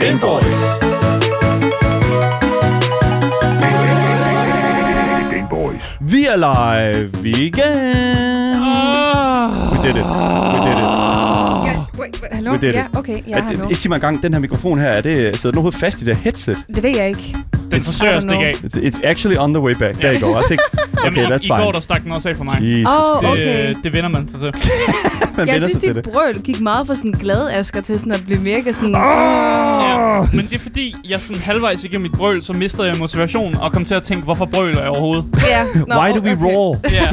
Gameboys. Game Boys. Vi er live igen. Ah, We did it. We did it. Ja, wait, wait, hallo? We did Ja, it. okay, ja, Er det- hallo. Sig mig engang, den her mikrofon her, er det, øh, sidder den overhovedet fast i det her headset? Det ved jeg ikke. Den forsøger at stikke af. It's, it's actually on the way back. There you go. I think, okay, Jamen, i, that's i går der fine. stak den også af for mig. Jesus, Åh, det- Det, øh, Okay. det vinder man sig til. man Jeg vender synes, sig til dit det. brøl gik meget fra sådan glad Asger til sådan at blive mega sådan... Ja. Men det er fordi, jeg sådan halvvejs igennem mit brøl, så mistede jeg motivationen og kom til at tænke, hvorfor brøler jeg overhovedet? Ja, nå, Why do we okay. roar? Ja.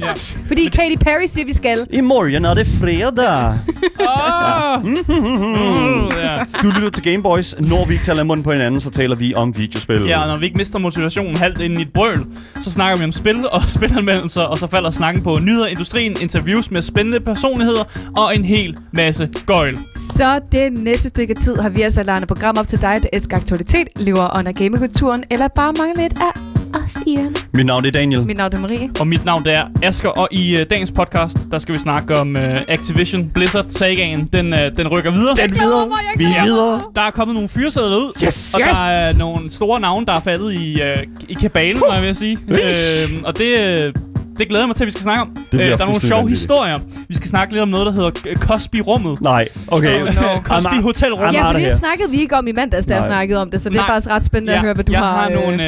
ja. Fordi Katy Perry siger, vi skal. I morgen er det fredag. Oh! Mm, ja. Du lytter til Game Boys. Når vi ikke taler i munden på hinanden, så taler vi om videospil. ja, og når vi ikke mister motivationen halvt inden i et brøl, så snakker vi om spil og spilanmeldelser, og så falder snakken på nyheder, industrien, interviews med spændende personligheder og en hel masse gøjl. Så det næste stykke tid har vi altså lavet et program op til dig, der elsker aktualitet, lever under gamekulturen, eller bare mangler lidt af os i ørerne. Mit navn er Daniel. Mit navn er Marie. Og mit navn det er Asker, og i øh, dagens podcast, der skal vi snakke om øh, Activision Blizzard sagaen. Den, øh, den rykker videre. Den videre. Vi er videre. Der er kommet nogle fyresedler ud, Yes. og Yes. der er nogle store navne, der er faldet i, øh, i kabalen, må jeg vil sige. Ish. og det, øh, det glæder jeg mig til, at vi skal snakke om. Øh, bliver der er nogle fuldstændig sjove vanvittigt. historier. Vi skal snakke lidt om noget, der hedder øh, Cosby-rummet. Nej, okay. Oh, no. øh, Cosby Amager. Hotelrummet. Amager. Ja, meget for det det her. snakkede vi ikke om i mandags, da jeg Nej. snakkede om det, så det er Nej. faktisk ret spændende at høre, hvad du jeg har. har, øh, nogle,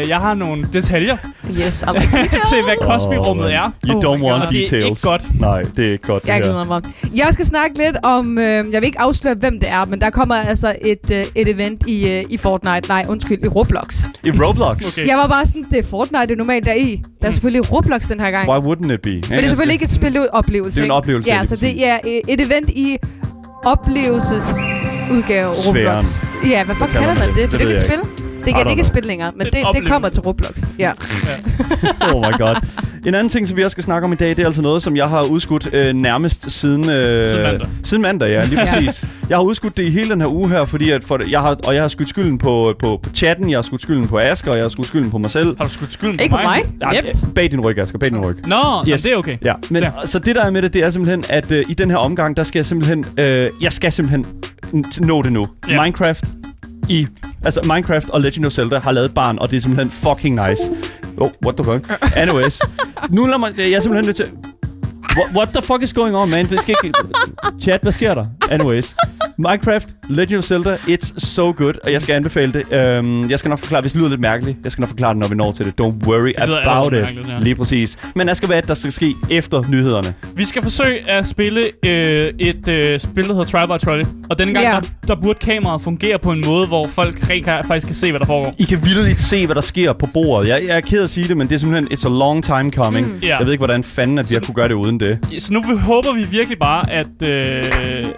øh, jeg har nogle detaljer øh, Yes, I like details. til, hvad Cosby-rummet Åh, er. You Oh don't my want God. Det er details. ikke godt. Nej, det er ikke godt, Jeg det her. glæder mig. Jeg skal snakke lidt om, øh, jeg vil ikke afsløre, hvem det er, men der kommer altså et, øh, et event i, øh, i Fortnite. Nej, undskyld, i Roblox. I Roblox. Okay. Jeg var bare sådan, det er Fortnite, det er normalt der er i. Der Mm. er selvfølgelig Roblox den her gang. Why wouldn't it be? Men det er selvfølgelig ikke et spil, det er en oplevelse. Det er en ikke? oplevelse, Ja, lige så det er øh, et event i oplevelsesudgave Sfæren. Roblox. Ja, hvad fuck kalder kalder man man det? det? For Det det er ved ikke et jeg spil. Det I er don't det er ikke et know. spil længere, Det men er det, en det kommer oplevelse. til Roblox. Ja. oh my god. En anden ting, som vi også skal snakke om i dag, det er altså noget, som jeg har udskudt øh, nærmest siden... Øh, Siden mandag. Siden mandag, ja, lige Ja. præcis. Jeg har udskudt det i hele den her uge her, fordi at for, jeg har, og jeg har skudt skylden på, på, på chatten, jeg har skudt skylden på Asker, og jeg har skudt skylden på mig selv. Har du skudt skylden Ikke på mig. Ja, Yep. Bag din ryg, Asger, bag din ryg. Nå, yes. jamen, det er okay. Ja, men Ja. ja. så det der er med det, det er simpelthen, at øh, i den her omgang, der skal jeg simpelthen, øh, jeg skal simpelthen n- nå det nu. Ja. Minecraft i, altså Minecraft og Legend of Zelda har lavet et barn, og det er simpelthen fucking nice. Oh, what the fuck? Anyways, nu lader mig, jeg er simpelthen nødt til, what, what the fuck is going on, man? Det skal ikke, chat, hvad sker der? Anyways. Minecraft, Legend of Zelda, it's so good, og jeg skal anbefale det. Øhm, jeg skal nok forklare, hvis det lyder lidt mærkeligt, jeg skal nok forklare det, når vi når til det. Don't worry lyder about allerede it. mærkeligt, ja. Lige præcis. Men Asger, hvad er det, der skal ske efter nyhederne? Vi skal forsøge at spille øh, et øh, spil, der hedder Trial by Trolley. Og denne gang, Ja. yeah. der, der burde kameraet fungere på en måde, hvor folk rent ka- faktisk kan se, hvad der foregår. I kan vildt se, hvad der sker på bordet. Jeg, jeg er ked af at sige det, men det er simpelthen it's a long time coming. Mm. Ja. Jeg ved ikke, hvordan fanden, at vi har kunne gøre det uden det. Så nu vi- håber vi virkelig bare, at, øh,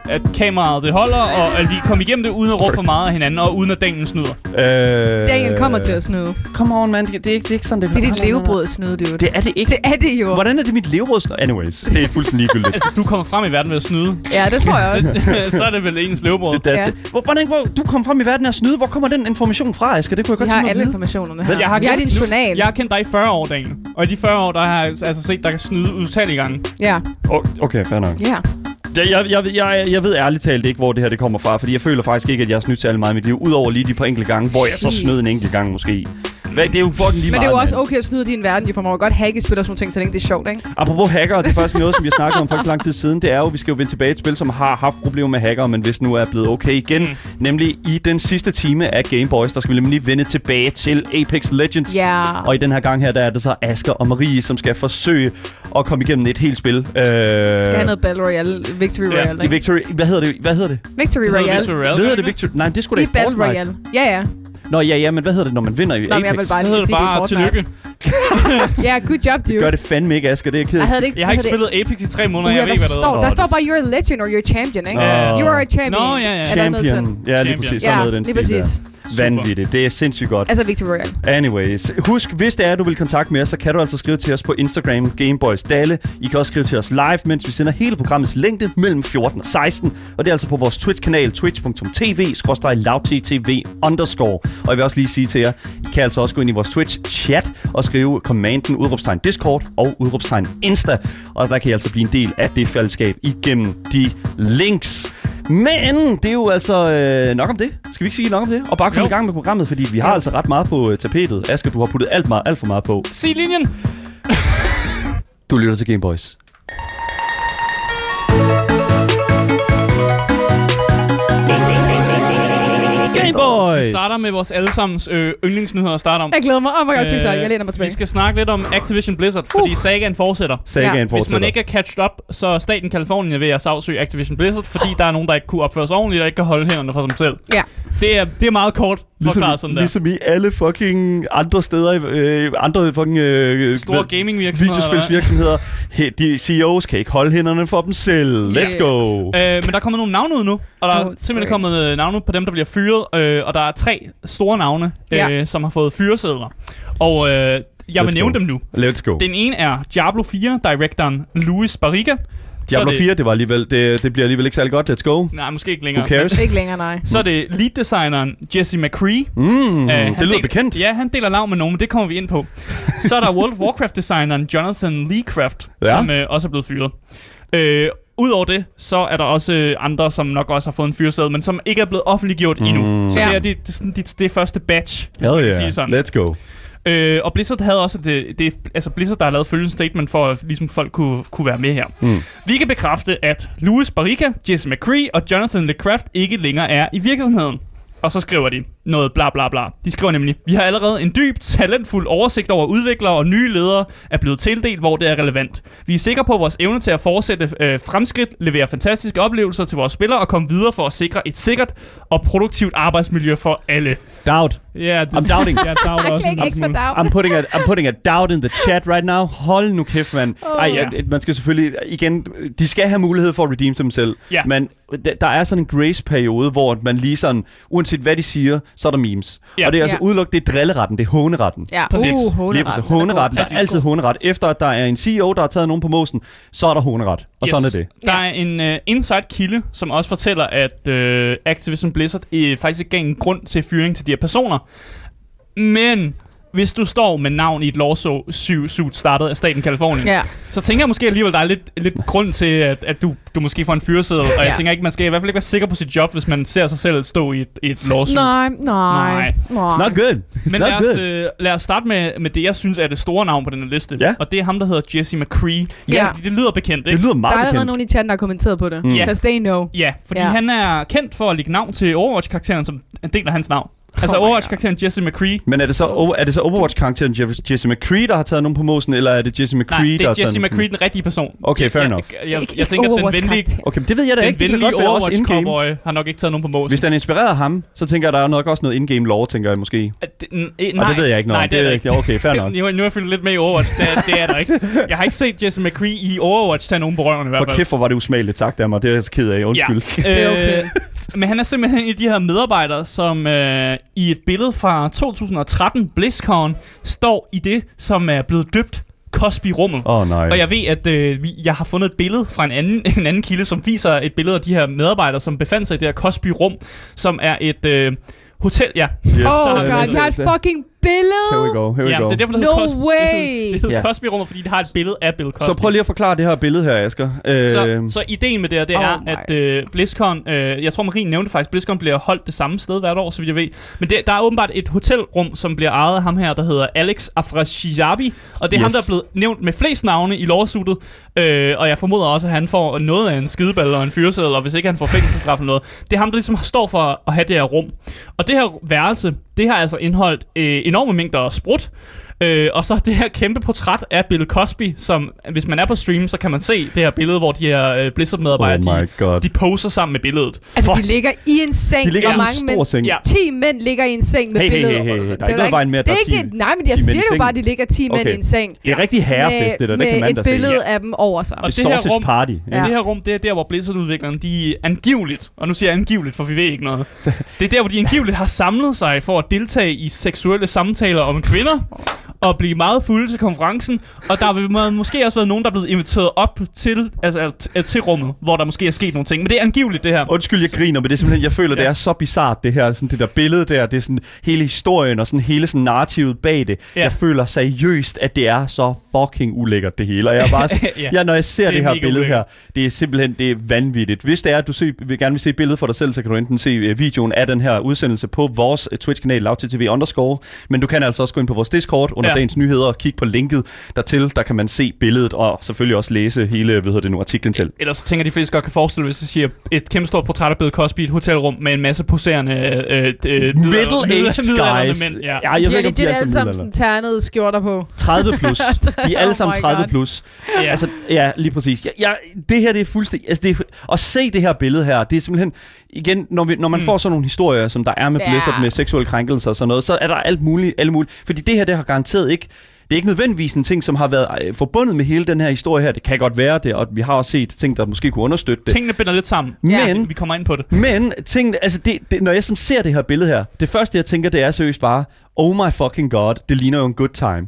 at kameraet det holder, og at vi kommer igennem det uden at råbe for meget af hinanden, og uden at dængen snyder. Øh, Daniel kommer til at snyde. Come on, man. Det, det, er, ikke, det er ikke sådan, det Det er dit Nej, nej, nej, nej. levebrød at snyde, det er jo. Det er det ikke. Det er det jo. Hvordan er det mit levebrød? Anyways, det er fuldstændig ligegyldigt. Altså, du kommer frem i verden ved at snyde. Ja, det tror jeg også. så er det vel ens levebrød. Det, det, Ja. det. Hvor, hvordan, hvor, du kom frem i verden af snyde. Hvor kommer den information fra, Asger? Det kunne jeg godt Vi har tænke alle mig at vide. informationerne her. Jeg har Vi har kendt- din journal. Jeg har kendt dig i 40 år, Daniel. Og i de 40 år, der har jeg altså set, der kan snyde utallige gange. Ja, Oh, okay, fair nok. ja. Jeg, jeg, jeg, jeg, jeg ved ærligt talt ikke, hvor det her det kommer fra, fordi jeg føler faktisk ikke, at jeg har snydt særlig meget i mit liv, udover lige de par enkelte gange, hvor jeg så Jeez. snød en enkelt gang måske. Hvad, det er jo fucking lige Men meget, det er jo også mand. okay at snyde din verden, for man må godt hacke spil og sådan nogle ting, så længe det er sjovt, ikke? Apropos hacker, det er faktisk noget, som vi har snakket om for ikke så lang tid siden. Det er jo, at vi skal jo vende tilbage til et spil, som har haft problemer med hacker, men hvis nu er blevet okay igen. Mm. Nemlig i den sidste time af Game Boys, der skal vi nemlig lige vende tilbage til Apex Legends. Ja. Og i den her gang her, der er det så Asker og Marie, som skal forsøge at komme igennem et helt spil. Øh, skal Skal have noget Battle Royale, Victory Ja, Royale, i ikke? Victory, hvad hedder det? Hvad hedder det? Victory Royale. Hvad hedder det Victory? Nej, det skulle I da i Battle Fortnite. Royale. Ja, ja. Nå ja, ja, men hvad hedder det, når man vinder i Apex? Nå, men jeg vil bare Så lige hedder det sige, det er bare Fortnite. tillykke. Ja, good job, dude. Gør det fandme ikke, Asger. Det er jeg ked af. Jeg at havde det sige. ikke, Jeg har ikke havde det spillet Apex i tre måneder, jeg Uh, ved ikke, hvad det der, står, hedder. der Nå, står det- bare, you're a legend or you're a champion, ikke? Nå. You are a champion. Nå, ja, ja. Er der noget til? Champion. Ja, lige præcis. Sådan Ja, noget i den lige stil præcis. der. Vanvittigt. Det er sindssygt godt. Altså Victory Royale. Anyways, husk, hvis det er, du vil kontakte med os, så kan du altså skrive til os på Instagram, Gameboys Dalle. I kan også skrive til os live, mens vi sender hele programmets længde mellem 14 og 16. Og det er altså på vores Twitch-kanal, twitch.tv, lavttv underscore. Og jeg vil også lige sige til jer, I kan altså også gå ind i vores Twitch-chat og skrive commanden udråbstegn Discord og udråbstegn Insta. Og der kan I altså blive en del af det fællesskab igennem de links. Men det er jo altså øh, nok om det. Skal vi ikke sige nok om det? Og bare komme Jo. i gang med programmet, fordi vi har altså ret meget på øh, tapetet. Asger, du har puttet alt, meget, alt for meget på. Sig linjen! Du lytter til Game Boys. Game Boys! Vi starter med vores allesammens øh, yndlingsnyheder at starte om. Jeg glæder mig. Oh my god, tænk så. Øh, Jeg læner mig Vi tilbage. Uh. skal snakke lidt om Activision Blizzard, fordi sagaen fortsætter. Sagaen Ja. ja. Hvis Hvis man ikke er catched up, så er staten Kalifornien ved at sagsøge Activision Blizzard, fordi der er nogen, der ikke kunne opføre sig ordentligt og ikke kan holde hænderne for sig selv. Ja. Det er, det er meget kort forklaret sådan der. ligesom i alle fucking andre steder, i- øh, andre fucking øh, Store hvad- gamingvirksomheder. videospilsvirksomheder, he, de CEOs kan ikke holde hænderne for dem selv. Let's Yeah. go! Øh, men der er kommet nogle navne ud nu, og der er Oh, oh, simpelthen great. kommet øh, navne ud på dem, der bliver fyret, øh, og der er tre store navne, øh, Ja. som har fået fyresedler. Og øh, jeg vil Let's nævne go. dem nu. Let's go. Den ene er Diablo 4-direktoren Luis Barriga. Diablo så er det, 4, det, var alligevel, det, det bliver alligevel ikke særlig godt. Let's go. Nej, måske ikke længere. Who cares? Ikke længere, nej. Men- Så er det lead-designeren Jesse McCree. Mm, Øh, det lyder han del- bekendt. Ja, han deler lav med nogen, men det kommer vi ind på. så er der World of Warcraft-designeren Jonathan Leecraft, Ja. ja. som øh, også er blevet fyret. Øh, Udover det, så er der også øh, andre, som nok også har fået en fyrsæde, men som ikke er blevet offentliggjort mm. endnu. Mm. Så Ja. det er det, det, det, det, det er første batch, hvis Hell man kan yeah. sige sådan. Let's go. Øh, og Blizzard havde også det, det, altså Blizzard, der har lavet følgende statement for, at ligesom folk kunne, kunne være med her. Mm. Vi kan bekræfte, at Louis Barrica, Jesse McCree og Jonathan LeCraft ikke længere er i virksomheden. Og så skriver de noget bla bla bla. De skriver nemlig, vi har allerede en dyb, talentfuld oversigt over udviklere og nye ledere er blevet tildelt, hvor det er relevant. Vi er sikre på, at vores evne til at fortsætte øh, fremskridt, levere fantastiske oplevelser til vores spillere og komme videre for at sikre et sikkert og produktivt arbejdsmiljø for alle. Doubt. Ja, det, I'm doubting. Jeg doubter Jeg også en klikker ikke lille for smule. dag. I'm putting, a, I'm putting a doubt in the chat right now. Hold nu kæft, mand. Ej, Ja. øh, man skal selvfølgelig... Igen, de skal have mulighed for at redeem sig selv. Ja. Men d- der er sådan en grace-periode, hvor man lige sådan... Uanset hvad de siger, så er der memes. Ja. Og det er altså Ja. udelukkende, det er drilleretten, det er håneretten. Ja, Præcis. uh, Lige Lige håneretten. præcis. Håneretten. Der Præcis. er altid håneret. Efter at der er en CEO, der har taget nogen på mosen, så er der håneret. Og sådan er det. Der er en uh, inside kilde, som også fortæller, at uh, Activision Blizzard uh, faktisk ikke gav en grund til fyring til de her personer. Men hvis du står med navn i et lawsuit startet af staten Kalifornien, Ja. så tænker jeg måske alligevel, der er lidt, lidt grund til, at, at du, du måske får en fyreseddel. Og jeg Ja. tænker ikke, man skal i hvert fald ikke være sikker på sit job, hvis man ser sig selv stå i et, i et lawsuit. Nej, nej, Nej. It's nej. not good. It's Men lad not os, good. øh, lad os starte med, med det, jeg synes er det store navn på den her liste. Ja. Og det er ham, der hedder Jesse McCree. Ja. Det, det lyder bekendt, ikke? Det lyder Der meget er allerede bekendt. nogen i chatten, der har kommenteret på det. Mm. Ja. Because they know. Ja, fordi Ja. ja. han er kendt for at lægge navn til Overwatch-karakteren, som deler hans navn. Altså my God. oh Overwatch-karakteren Jesse McCree. Men er det så, o- er det så Overwatch-karakteren Jeff- Jesse McCree, der har taget nogen på mosen, eller er det Jesse McCree, Nej, det der er Jesse sådan- McCree, den rigtige person. Okay, fair enough. Jeg, jeg, jeg, Ikke- jeg ikke tænker, at den venlige, Overwatch-karakter. Okay, men det ved jeg da den ikke. Det kan venlige godt være også overwatch indgame. cowboy har nok ikke taget nogen på måsen. Hvis den er inspireret af ham, så tænker jeg, der er nok også noget in-game lore, tænker jeg måske. Nej, At det- n- eh, og nej, det ved jeg ikke noget nej, om. Det er rigtigt. Okay, fair nok. Nu, nu er jeg fyldt lidt med i Overwatch. Det, er- det er der ikke. Jeg har ikke set Jesse McCree i Overwatch tage nogen på røven i hvert For fald. kæft, hvor var det usmageligt sagt af mig. Det er jeg så ked af. Undskyld. Ja. Det er okay. Øh, men han er simpelthen en af de her medarbejdere, som øh, i et billede fra 2013, BlizzCon, står i det, som er blevet døbt Cosby-rummet. Åh, oh, nej. Og jeg ved, at øh, vi- jeg har fundet et billede fra en anden, en anden kilde, som viser et billede af de her medarbejdere, som befandt sig i det her Cosby-rum, som er et øh, hotel. Ja, Yes. Oh Så er Øh, det god, lidt jeg har et fucking billede. Here we go, here we ja go. det er derfor, det No hedder Cosby. way! Det hedder Ja. Cosby-rummet, fordi det har et billede af Bill Cosby. Så prøv lige at forklare det her billede her, Asger. Øh, Så, så ideen med det her, det Oh er, at my. øh, BlizzCon, øh, jeg tror Marie nævnte faktisk, BlizzCon bliver holdt det samme sted hvert år, så vidt jeg ved. Men det, der er åbenbart et hotelrum, som bliver ejet af ham her, der hedder Alex Afrashiabi, og det er yes. ham, Yes. der er blevet nævnt med flest navne i lovsuttet, øh, og jeg formoder også, at han får noget af en skideball og en fyreseddel, og hvis ikke han får fængselsstraf eller noget. Det er ham, der ligesom står for at have det her rum. Og det her værelse, det har altså indholdt øh, enorme mængder sprut, Øh, og så det her kæmpe portræt af Bill Cosby, som hvis man er på stream, så kan man se det her billede, hvor de her øh, Blizzard-medarbejdere, Oh my de, god. de poser sammen med billedet. Altså, de Fuck. ligger i en seng. de ligger hvor i mange en stor seng. Ja. 10 mænd ligger i en seng med Hey, hey, billeder. hey, hey, hey. Der er Det ikke jo noget i vejen med, at det der er er ikke, 10 Nej, men jeg mænd i siger jo sengen. bare, at de ligger 10 mænd Okay. i en seng. Det er rigtig herrefest, det der. Det kan med man da et se. billede Ja. af dem over sig. Og Et det her sausage rum- party. Ja. Ja. Det her rum, det er der, hvor Blizzard-udviklerne, de angiveligt, og nu siger jeg angiveligt, for vi ved ikke noget, det er der, hvor de angiveligt har samlet sig for at deltage i seksuelle samtaler om kvinder, og blive meget fulde til konferencen, og der vil må- måske også være nogen, der er blevet inviteret op til, altså, at- at- til rummet, hvor der måske er sket nogle ting. Men det er angiveligt, det her. Undskyld, jeg griner, men det er simpelthen, jeg føler, ja. det Ja. er så bizart det her, sådan det der billede der, det er sådan hele historien og sådan hele sådan narrativet bag det. Ja. Ja. Jeg føler seriøst, at det er så fucking ulækkert det hele, og jeg er bare sådan, ja. Ja. jeg, når jeg ser Det er det, det her mega billede ulækkert. her, det er simpelthen, det er vanvittigt. Hvis det er, at du se, vil gerne vil se billedet for dig selv, så kan du enten se øh, videoen af den her udsendelse på vores øh, Twitch-kanal, lavttv underscore, men du kan altså også gå ind på vores Discord under ja. Ja. dagens nyheder og kigge på linket dertil, der kan man se billedet og selvfølgelig også læse hele, hvad hedder det nu, artiklen til. Ellers så tænker de fleste godt kan forestille, hvis de siger et kæmpe stort portræt af Bill Cosby i et hotelrum med en masse poserende øh, øh, øh, Middle-aged guys. mænd. jeg Ja. ved ikke, om Virkelig, det de er er alle altså sammen middelalderen. sådan ternede skjorter på. 30 plus. De er alle sammen Oh my 30 God. plus. Ja. Altså, ja, lige præcis. Jeg, jeg, det her, det er fuldstændig... Altså, det er, at se det her billede her, det er simpelthen... Igen, når, vi, når man mm. Mm. får sådan nogle historier, som der er med Ja. yeah. Blizzard, med seksuelle krænkelser og sådan noget, så er der alt muligt, alt muligt. Fordi det her, det har garanteret ikke... Det er ikke nødvendigvis en ting, som har været øh, forbundet med hele den her historie her. Det kan godt være det, og vi har også set ting, der måske kunne understøtte det. Tingene binder lidt sammen. Ja. Vi kommer ind på det. Men ting, altså det, det, når jeg sådan ser det her billede her, det første jeg tænker, det er seriøst bare, oh my fucking god, det ligner jo en good time.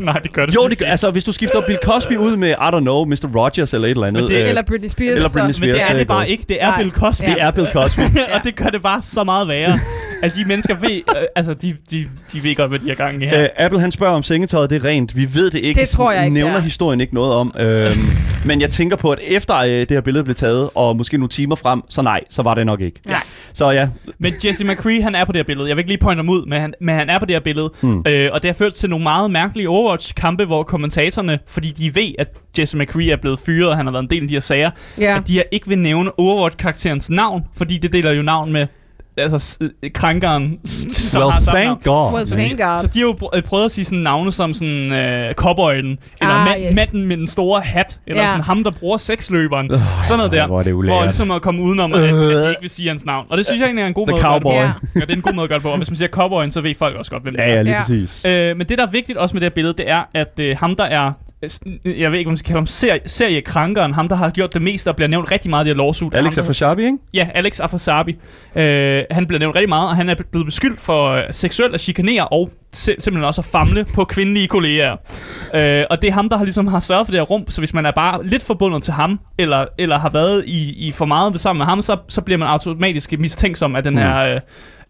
Nej, det gør det. Jo, det gør, altså hvis du skifter Bill Cosby ud med, I don't know, Mr. Rogers eller et eller andet. Men det- øh, Eller Britney Spears. Eller så- Britney Men Spears. det er det bare ikke. ikke. Det er Nej. Bill Cosby. Ja. Det er Bill Cosby. og det gør det bare så meget værre. altså, de mennesker ved, øh, altså, de, de, de ved godt, hvad de har gang i her. Øh, Apple han spørger om sengetøjet, det er rent. Vi ved det ikke. Det tror jeg ikke, Nævner det er. historien ikke noget om. Øhm, men jeg tænker på, at efter øh, det her billede blev taget, og måske nogle timer frem, så nej, så var det nok ikke. Nej. Så ja, Men Jesse McCree, han er på det her billede. Jeg vil ikke lige pointe ham ud, men han, men han er på det her billede. Mm. Mm. Øh, og det har ført til nogle meget mærkelige Overwatch-kampe, hvor kommentatorerne, fordi de ved, at Jesse McCree er blevet fyret, og han har været en del af de her sager, Ja. at de her ikke vil nævne Overwatch-karakterens navn, fordi det deler jo navn med altså, s- øh, krænkeren, som well, har samme navn. thank God. Well, man. thank Så God. de har jo pr- øh, prøvet at sige sådan navne som sådan øh, cowboyen, eller Ah, ah, mand, yes. yes. manden med den store hat, eller Ja. yeah. sådan ham, der bruger sexløberen. Uh, sådan noget ej, der. Øh, hvor er det for ulækkert. ligesom at komme udenom, at, at de ikke vil sige hans navn. Og det synes jeg egentlig er en god The måde at cowboy. gøre det Ja. Ja, på. Ja, det er en god måde at gøre det på. Og hvis man siger cowboyen, så ved folk også godt, hvem det ja, er. lige Ja. præcis. Øh, men det, der er vigtigt også med det her billede, det er, at øh, ham, der er... øh, sådan- Jeg ved ikke, om man skal kalde ham seri- seriekrænkeren. Ham, der har gjort det meste og bliver nævnt rigtig meget i det her lawsuit. Alex er fra ham, der, Sharpie, ikke? Ja, Alex Afrasabi. Øh, han bliver nævnt rigtig meget, og han er blevet beskyldt for øh, seksuelt at chikanere og sim- simpelthen også at famle på kvindelige kolleger. Øh, og det er ham, der har ligesom har sørget for det her rum, så hvis man er bare lidt forbundet til ham, eller, eller har været i, i for meget ved sammen med ham, så, så bliver man automatisk mistænksom af den her... Øh,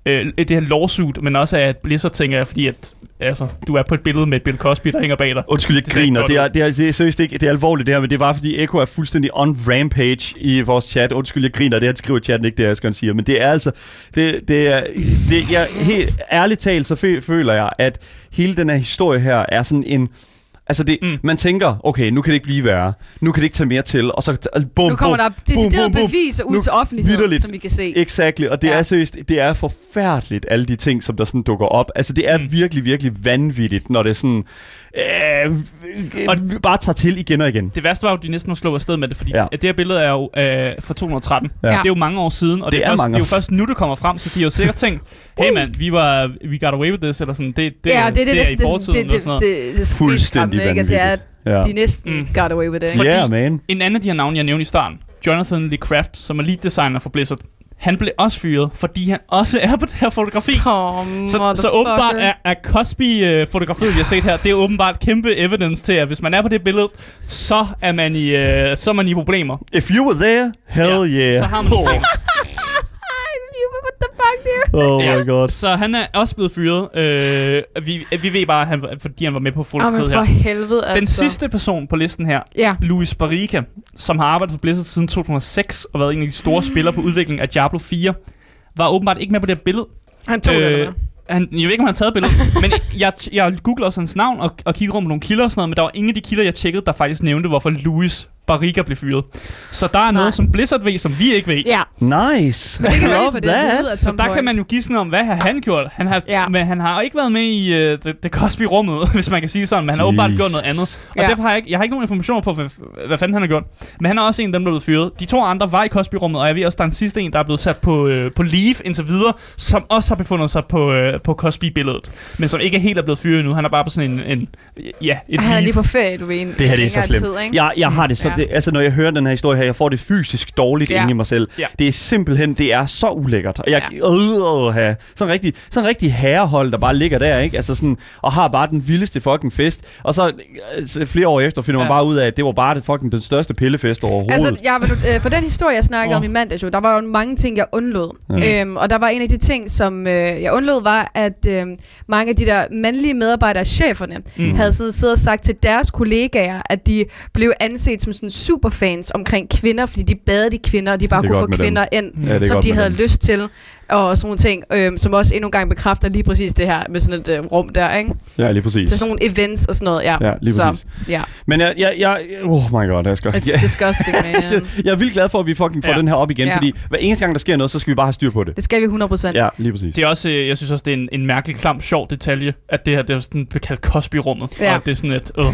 øh, det her lawsuit, men også af at Blizzard tænker jeg, fordi at, altså, du er på et billede med Bill Cosby, der hænger bag dig. Undskyld, jeg Det ser ikke griner. godt Det er, ud. det, er, det er seriøst ikke, det er alvorligt det her, men det er bare fordi Eko er fuldstændig on rampage i vores chat. Undskyld, jeg griner. Det han skriver i chatten, ikke det, Asgeren siger. Men det er altså, det, det er, det, jeg, helt ærligt talt, så fø- føler jeg, at hele den her historie her er sådan en, Altså det, mm. Mm. man tænker, okay, nu kan det ikke blive værre. Nu kan det ikke tage mere til. Og så t- bum, Nu kommer bum, der deciderede bum, bum. beviser ud Nu- til offentligheden, vitterligt. som I kan se. Exactly, og det ja. Ja. er seriøst, det er forfærdeligt, alle de ting, som der sådan dukker op. Altså, det er mm. virkelig, virkelig vanvittigt, når det sådan, øh, øh, og Og- bare tager til igen og igen. Det værste var jo, at de næsten var slået afsted med det, fordi Ja. ja. det her billede er jo øh, fra 213. Ja. Ja. Det er jo mange år siden, og det, Det er det, er, først, mange det er jo år først nu, det kommer frem, så de har jo sikkert tænkt, hey mand, vi var, we got away with this, eller sådan, det, det, Ja, det er det, det er næsten- i fortiden, det, eller det, sådan noget. det, det, det, Fuldstændig det, det er, vanvittigt. Ja. de næsten Mm. got away with det. ikke? fordi- Yeah, man. En anden af de her navne, jeg nævnte i starten, Jonathan Lee Craft, som er lead designer for Blizzard, han blev også fyret, fordi han også er på det her fotografi. Come, Så, så åbenbart er, er Cosby-fotografiet, vi har set her, det er åbenbart kæmpe evidence til, at hvis man er på det billede, så er man i, øh, så er man i problemer. If you were there, hell Ja, yeah. Så har man problemer. What the fuck, dude? Oh my Ja. god. Så han er også blevet fyret. Øh, vi, vi ved bare, at han, fordi han var med på Jamen fotografiet for her. helvede, altså. Den sidste person på listen her, Ja. Luis Barrica, som har arbejdet for Blizzard siden 2006 og været en af de store spillere på udviklingen af Diablo 4, var åbenbart ikke med på det her billede. Han tog det, eller hvad? han, jeg ved ikke, om han har taget billedet, men jeg, jeg googlede også hans navn og, og kiggede rundt på nogle kilder og sådan noget, men der var ingen af de kilder, jeg tjekkede, der faktisk nævnte, hvorfor Luis Barrica blev fyret. Så der er noget, Nej. som Blizzard ved, som vi ikke ved. Ja, Nice. men det kan være lige Love for det. at that. vide, at Så some der kan point- man jo gisne om, hvad har han gjort? Han har, Ja. ja. men han har ikke været med i øh, det, det Cosby-rummet, hvis man kan sige sådan, men han har åbenbart gjort noget andet. Og Ja. ja. derfor har jeg, ikke, jeg har ikke nogen informationer på, hvad, hvad fanden han har gjort. Men han er også en af dem, der er blevet fyret. De to andre var i Cosby-rummet, og jeg ved også, der er en sidste en, der er blevet sat på, øh, på leave indtil videre, som også har befundet sig på, øh, på Cosby-billedet, men som ikke er helt er blevet fyret endnu. Han er bare på sådan en, en ja, et Han er leave. lige på ferie, du ved. i en Det her det er så længere slemt. tid, ikke? Jeg, jeg har det så Og det, altså, når jeg hører den her historie her, jeg får det fysisk dårligt Ja. ja. inde i mig selv. Ja. Ja. Det er simpelthen, det er så ulækkert. Og jeg, ja. øh, have sådan en rigtig, sådan en rigtig herrehold, der bare ligger der, ikke? Altså sådan, og har bare den vildeste fucking fest. Og så, øh, så flere år efter finder man Ja. bare ud af, at det var bare det fucking den største pillefest overhovedet. Altså, jeg, vil- øh, for den historie, jeg snakker Åh. oh. om i mandags, jo, der var jo mange ting, jeg undlod. Ja. Øhm, og der var en af de ting, som øh, jeg undlod, var, at øh, mange af de der mandlige medarbejdere, cheferne, Mm. mm. havde sådan siddet og sagt til deres kollegaer, at de blev anset som sådan superfans omkring kvinder, fordi de badede i kvinder, og de bare Det er kunne få godt med dem. kvinder dem. ind, Ja, det er som godt de med havde dem. lyst til, og sådan nogle ting, øh, som også endnu en gang bekræfter lige præcis det her med sådan et øh, rum der, ikke? ja, lige præcis. Til sådan nogle events og sådan noget, ja. Ja, lige så, præcis. ja. Men jeg, jeg, jeg, oh my god, Asger. It's Jeg, disgusting, man. jeg er vildt glad for, at vi fucking får Ja. ja. den her op igen, Ja. ja. fordi hver eneste gang, der sker noget, så skal vi bare have styr på det. Det skal vi 100%. Ja, lige præcis. Det er også, øh, jeg synes også, det er en, en mærkelig, klam, sjov detalje, at det her, det er sådan blevet kaldt Cosby-rummet. Ja. Ja. Og det er sådan et, øh,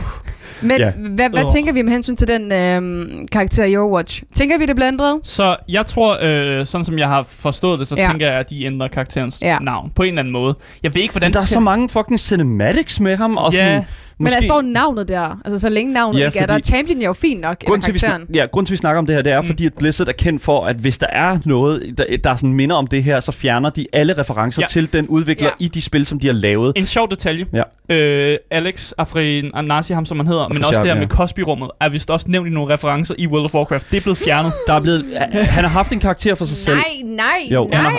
Men Ja. hvad, hvad Åh. tænker vi med hensyn til den øh, karakter i Overwatch? Tænker vi det blandret? Så jeg tror, øh, sådan som jeg har forstået det, så ja. Ja. tænker jeg, at de ændrer karakterens Ja. ja. navn på en eller anden måde. Jeg ved ikke, hvordan Men der er det skal- så mange fucking cinematics med ham, og Ja. sådan... Men der står navnet der. Altså så længe navnet Ja, ikke er der. fordi- Champion er jo fint nok, eller Grunden til, vi karakteren. snak- ja, grunden til, vi snakker om det her, det er, Mm. fordi at Blizzard er kendt for, at hvis der er noget, der, der sådan minder om det her, så fjerner de alle referencer Ja. ja. til den udvikler Ja. ja. i de spil, som de har lavet. En sjov detalje. Ja. Øh, Alex Afrin Anasi, ham som han hedder, men Afrin også det her Sharp, med Cosby-rummet, er vist også nævnt i nogle referencer i World of Warcraft. Det er blevet fjernet. Der er blevet, han har haft en karakter for sig selv. Nej, nej, Jo, nej. han har-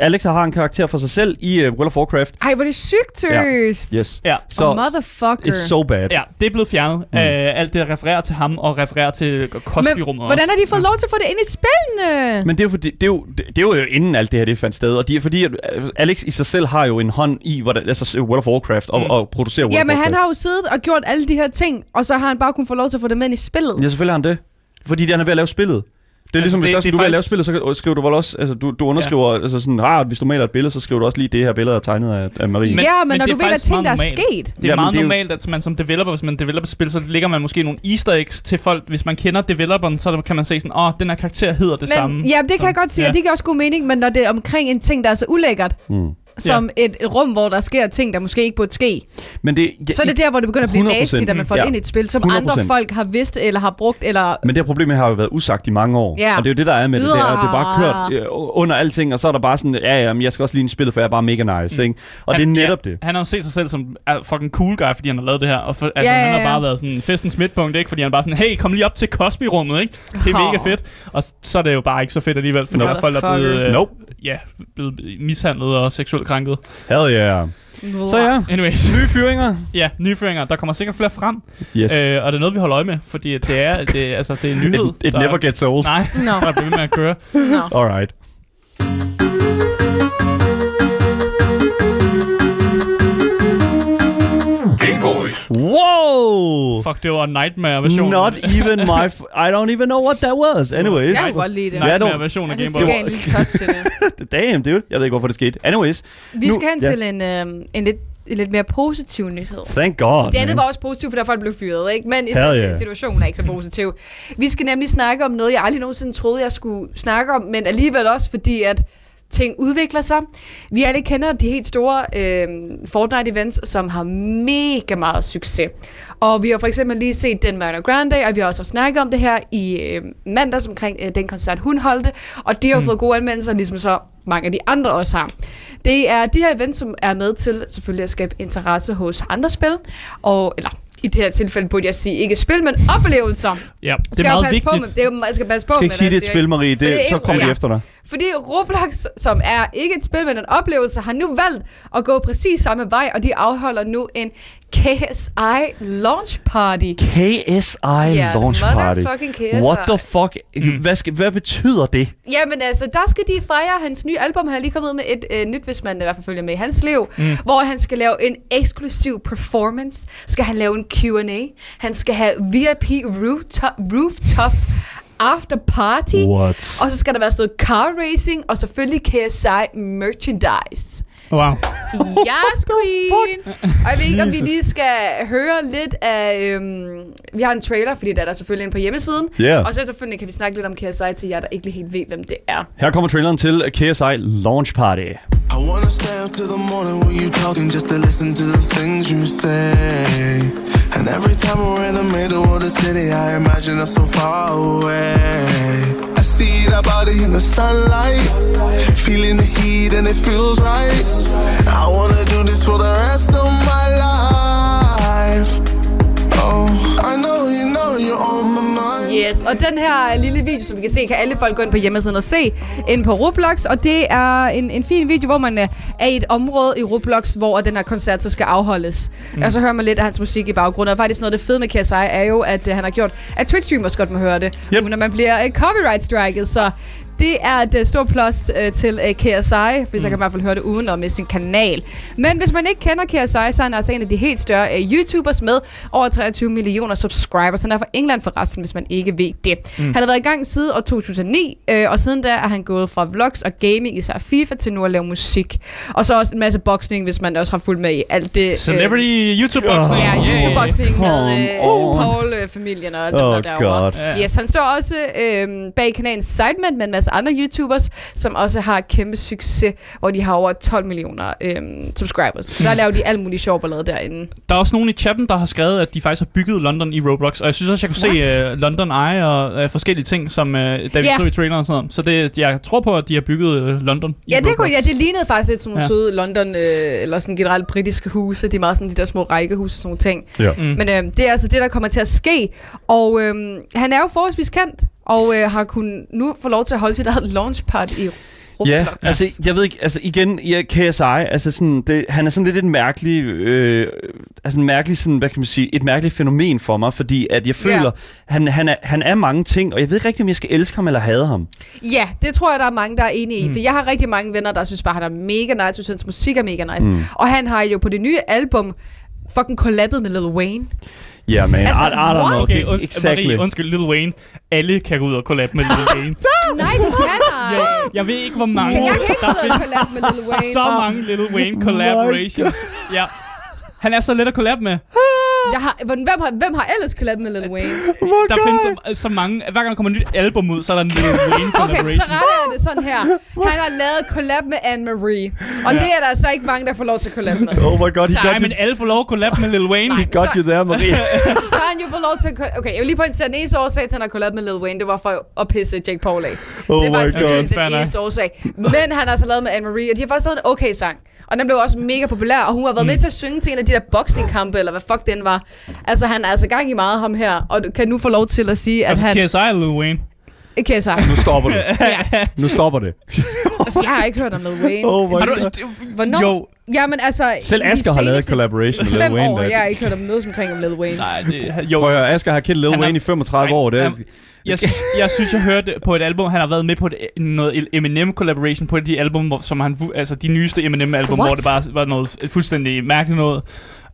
Alex har en karakter for sig selv i uh, World of Warcraft. Ej, hvor er det sygt Ja. tøst. Yes. ja. Så oh, motherfucker. it's so bad. ja, det er blevet fjernet. Mm. Mm. Øh, alt det, der refererer til ham og refererer til Cosby-rummet Hvordan også. har de fået lov til at få det ind i spillene? Men det er, jo, fordi, det, er jo, det, det er jo inden alt det her det fandt sted, og det er fordi, at øh, Alex i sig selv har jo en hånd i hvordan, altså World of Warcraft og, Mm. mm. og producerer World Ja, of men Warcraft. han har jo siddet og gjort alle de her ting, og så har han bare kunnet få lov til at få det med ind i spillet. Ja, selvfølgelig har han det. Fordi det, han er ved at lave spillet. Det er altså, Altså, ligesom, det- hvis også, det er du er ved at lave faktisk- spillet, så kan- skriver du vel også, altså du, du underskriver, ja. altså sådan, ah, hvis du maler et billede, så skriver du også lige, det her billede er tegnet af, af Marie. Men- Men, ja, men, men når det er du ved, hvad faktisk ting, der er meget Det sket. er Jamen, meget det er jo- normalt, at man som developer, hvis man developer spil, så ligger man måske nogle easter eggs til folk. Hvis man kender developeren, så kan man se sådan, åh, oh, den her karakter hedder det samme. ja, det kan jeg Så, godt sige, ja. ja. og det giver også god mening, men når det er omkring en ting, der er så ulækkert, mm. som ja. et, et rum, hvor der sker ting, der måske ikke burde ske, men det, ja, så er det der, hvor det begynder at blive 100%. nasty, da man får det Ja. ind i et spil, som andre 100%. folk har vidst, eller har brugt, eller... men det her problem her har jo været usagt i mange år. Ja. Ah. Og det er jo det, der er med det der. at Det er bare kørt øh, under alting, og så er der bare sådan, ja, ja, men jeg skal også lige ind i spillet, for jeg er bare mega nice, ikke? Og det er netop ja, det. Mm. Han har jo set sig selv som er fucking cool guy, fordi han har lavet det her. Og for, altså, Ja, ja, han har ja. bare været sådan festens midtpunkt, ikke? Fordi han bare sådan, hey, kom lige op til Cosby-rummet, ikke? Det er Åh. mega fedt. Og s- så er det jo bare ikke så fedt alligevel, fordi der er folk, der er Motherfucker. blevet, øh, Nope. ja, blevet mishandlet og seksuelt krænket. Hell yeah. Så ja, Anyways, nye fyringer. ja, nye føringer. Der kommer sikkert flere frem. Yes. Øh, og det er noget, vi holder øje med, fordi det er, det, altså, det er en nyhed. It, it der- never gets old. Nej, Nå, der bliver ved med at køre. nå. Alright. Wow! Fuck, det var Nightmare-versionen. Not even my... F- I don't even know what that was. Anyways. Jeg kan godt lide det. Altså, Nej. Nightmare-versionen af Jeg Game Boy. synes, det gav en lille touch til det. Damn, dude. Jeg ved ikke, hvorfor det skete. Anyways. Vi Nu- skal hen ja. til en, øh, en, lidt, en lidt mere positiv nyhed. Thank God, Det man. andet var også positivt, for der folk blev fyret, ikke? Men i Hell yeah. yeah. situationen er ikke så positiv. Vi skal nemlig snakke om noget, jeg aldrig nogensinde troede, jeg skulle snakke om, men alligevel også, fordi at ting udvikler sig. Vi alle kender de helt store øh, Fortnite-events, som har mega meget succes. Og vi har for eksempel lige set den Mariana Grande, og vi har også snakket om det her i øh, mandags omkring øh, den koncert, hun holdte. Og det har mm. fået gode anmeldelser, ligesom så mange af de andre også har. Det er de her events, som er med til selvfølgelig at skabe interesse hos andre spil. Og, eller i det her tilfælde burde jeg sige ikke spil, men oplevelser. Ja, det Skal er jeg jo meget passe På vigtigt. med, det er jo, man skal passe på Jeg skal med, ikke sige, hvad det er jeg et siger, spil, Marie. Det, Men det er så ikke- kommer ja. de efter dig. fordi Roblox, som er ikke et spil, men en oplevelse, har nu valgt at gå præcis samme vej, og de afholder nu en KSI launch party. KSI Ja, Launch Party. motherfucking KSI. What the fuck? Mm. Hvad, skal, hvad betyder det? Jamen altså, der skal de fejre hans nye album. Han er lige kommet ud med et øh, nyt, hvis man i hvert fald følger med i hans liv. Mm. Hvor han skal lave en eksklusiv performance. Skal han lave en Q&A. Han skal have VIP rooftop, rooftop after party. What? Og så skal der være sådan noget car racing, og selvfølgelig KSI merchandise. Wow. Yes, queen! Og jeg ved ikke, om vi lige skal høre lidt af... Øhm, vi har en trailer, fordi der er der selvfølgelig inde på hjemmesiden. Yeah. Og så selvfølgelig kan vi snakke lidt om KSI til jer, der ikke lige helt ved, hvem det er. Her kommer traileren til KSI Launch Party. I wanna stay up till the morning when you talking just to listen to the things you say. And every time we're in the middle of the city, I imagine us so far away. I see that body in the sunlight, feeling the heat and it feels right. I wanna do this for the rest of my life. Oh, I know you know you're on my mind. Yes, og den her lille video, som vi kan se, kan alle folk gå ind på hjemmesiden og se ind på Roblox. Og det er en, en fin video, hvor man øh, er i et område i Roblox, hvor den her koncert så skal afholdes. Mm. Og så hører man lidt af hans musik i baggrunden. Og faktisk noget af det fede med KSI er jo, at øh, han har gjort, at Twitch-streamers godt må høre det, Yep. yep. når man bliver øh, copyright-striket. Så det er et øh, stort plus øh, til øh, KSI, fordi mm. så kan man i hvert fald høre det udenom med sin kanal. Men hvis man ikke kender KSI, så er han altså en af de helt større øh, YouTubers med over 23 millioner subscribers. Han er fra England forresten, hvis man ikke ved det. Mm. Han har været i gang siden år 2009, øh, og siden da er han gået fra vlogs og gaming, især FIFA, til nu at lave musik. Og så også en masse boksning, hvis man også har fulgt med i alt det. Celebrity YouTube-boksning. Øh, Ja, Yeah. YouTube-boksning med øh, Come on. Paul-familien og alt Oh, oh, noget derovre. God. Ja. Yes, han står også øh, bag kanalen Sideman med en masse andre YouTubers, som også har kæmpe succes, hvor de har over 12 millioner øh, subscribers. Så der laver de alt muligt sjov ballade derinde. Der er også nogen i chatten, der har skrevet, at de faktisk har bygget London i Roblox. Og jeg synes også, jeg kunne What? se uh, London Eye og uh, forskellige ting, som uh, da vi Ja. så i traileren og sådan noget. Så det, jeg tror på, at de har bygget uh, London i Ja det, Roblox. kunne, ja, det lignede faktisk lidt sådan nogle Ja. ja. søde London, øh, eller sådan generelt britiske huse. De er meget sådan de der små rækkehuse og sådan nogle ting. Ja. Mm. Men øh, det er altså det, der kommer til at ske. Og øh, han er jo forholdsvis kendt, og øh, har kun nu få lov til at holde sit eget launchpad i Roblox. Ja, altså, jeg ved ikke, altså igen, ja, KSI, altså sådan, det, han er sådan lidt et mærkeligt, øh, altså en mærkelig sådan, hvad kan man sige, et mærkeligt fænomen for mig, fordi at jeg føler, Ja. han, han, er, han er mange ting, og jeg ved ikke rigtig, om jeg skal elske ham eller hade ham. Ja, det tror jeg, der er mange, der er enige i. Mm. For jeg har rigtig mange venner, der synes bare, han er mega nice, synes, hans musik er mega nice. Mm. Og han har jo på det nye album fucking kollabet med Lil Wayne. Ja, yeah, man, Altså, I, I don't know. what? Okay, und- exactly. Marie, undskyld, Lil Wayne. Alle kan gå ud og kollabe med Lil Wayne. Nej, det kan jeg. jeg, jeg ved ikke, hvor mange... Kan jeg ikke der få en findes collab med Lil Wayne? så mange Lil Wayne collaborations. Ja. Han er så let at kollabe med. Jeg har, hvem, hvem har, hvem har ellers kollabet med Lil Wayne? Der findes så, så mange... Hver gang der kommer et nyt album ud, så er der en Lil Wayne Okay, så collaboration. retter jeg det sådan her. Han har lavet collab med Anne-Marie. Og Ja. det er der altså ikke mange, der får lov til at collab med. Oh my god, he Nej, got, men you, alle får lov at kollabe med Lil Wayne. he got så- you there, Marie. Så har han jo fået lov til at... Koll- okay, jeg vil lige pointere, den eneste årsag til, at han har collab med Lil Wayne, det var for at pisse Jake Paul af. Oh det er my faktisk god. naturligt Fair den nok. eneste årsag. Men han har så lavet med Anne-Marie, og de har faktisk lavet en okay sang. Og den blev også mega populær, og hun har været mm. med til at synge til en af de der boksningkampe, eller hvad fuck den var. Altså, han er altså gang i meget ham her, og du kan nu få lov til at sige, at Altså, han... KSI og Lil Wayne. Kan sig. Nu stopper det. Nu stopper det. Altså, jeg har ikke hørt om Lil Wayne. Oh my Har du, god. Hvornår? Jo. Jamen, altså... Selv i de Asger har lavet seneste collaboration med Lil Fem Wayne. år, der. jeg har ikke hørt om noget omkring om Lil Wayne. Nej, det, jo. Prøv at høre, Asger har kendt Lil Han har- Wayne i 35 år. Det er, han- Jeg, synes, jeg synes, jeg hørte på et album, han har været med på et, noget Eminem collaboration på et af de album, hvor, som han, fu- altså de nyeste Eminem album, What? hvor det bare var noget fu- fuldstændig mærkeligt noget.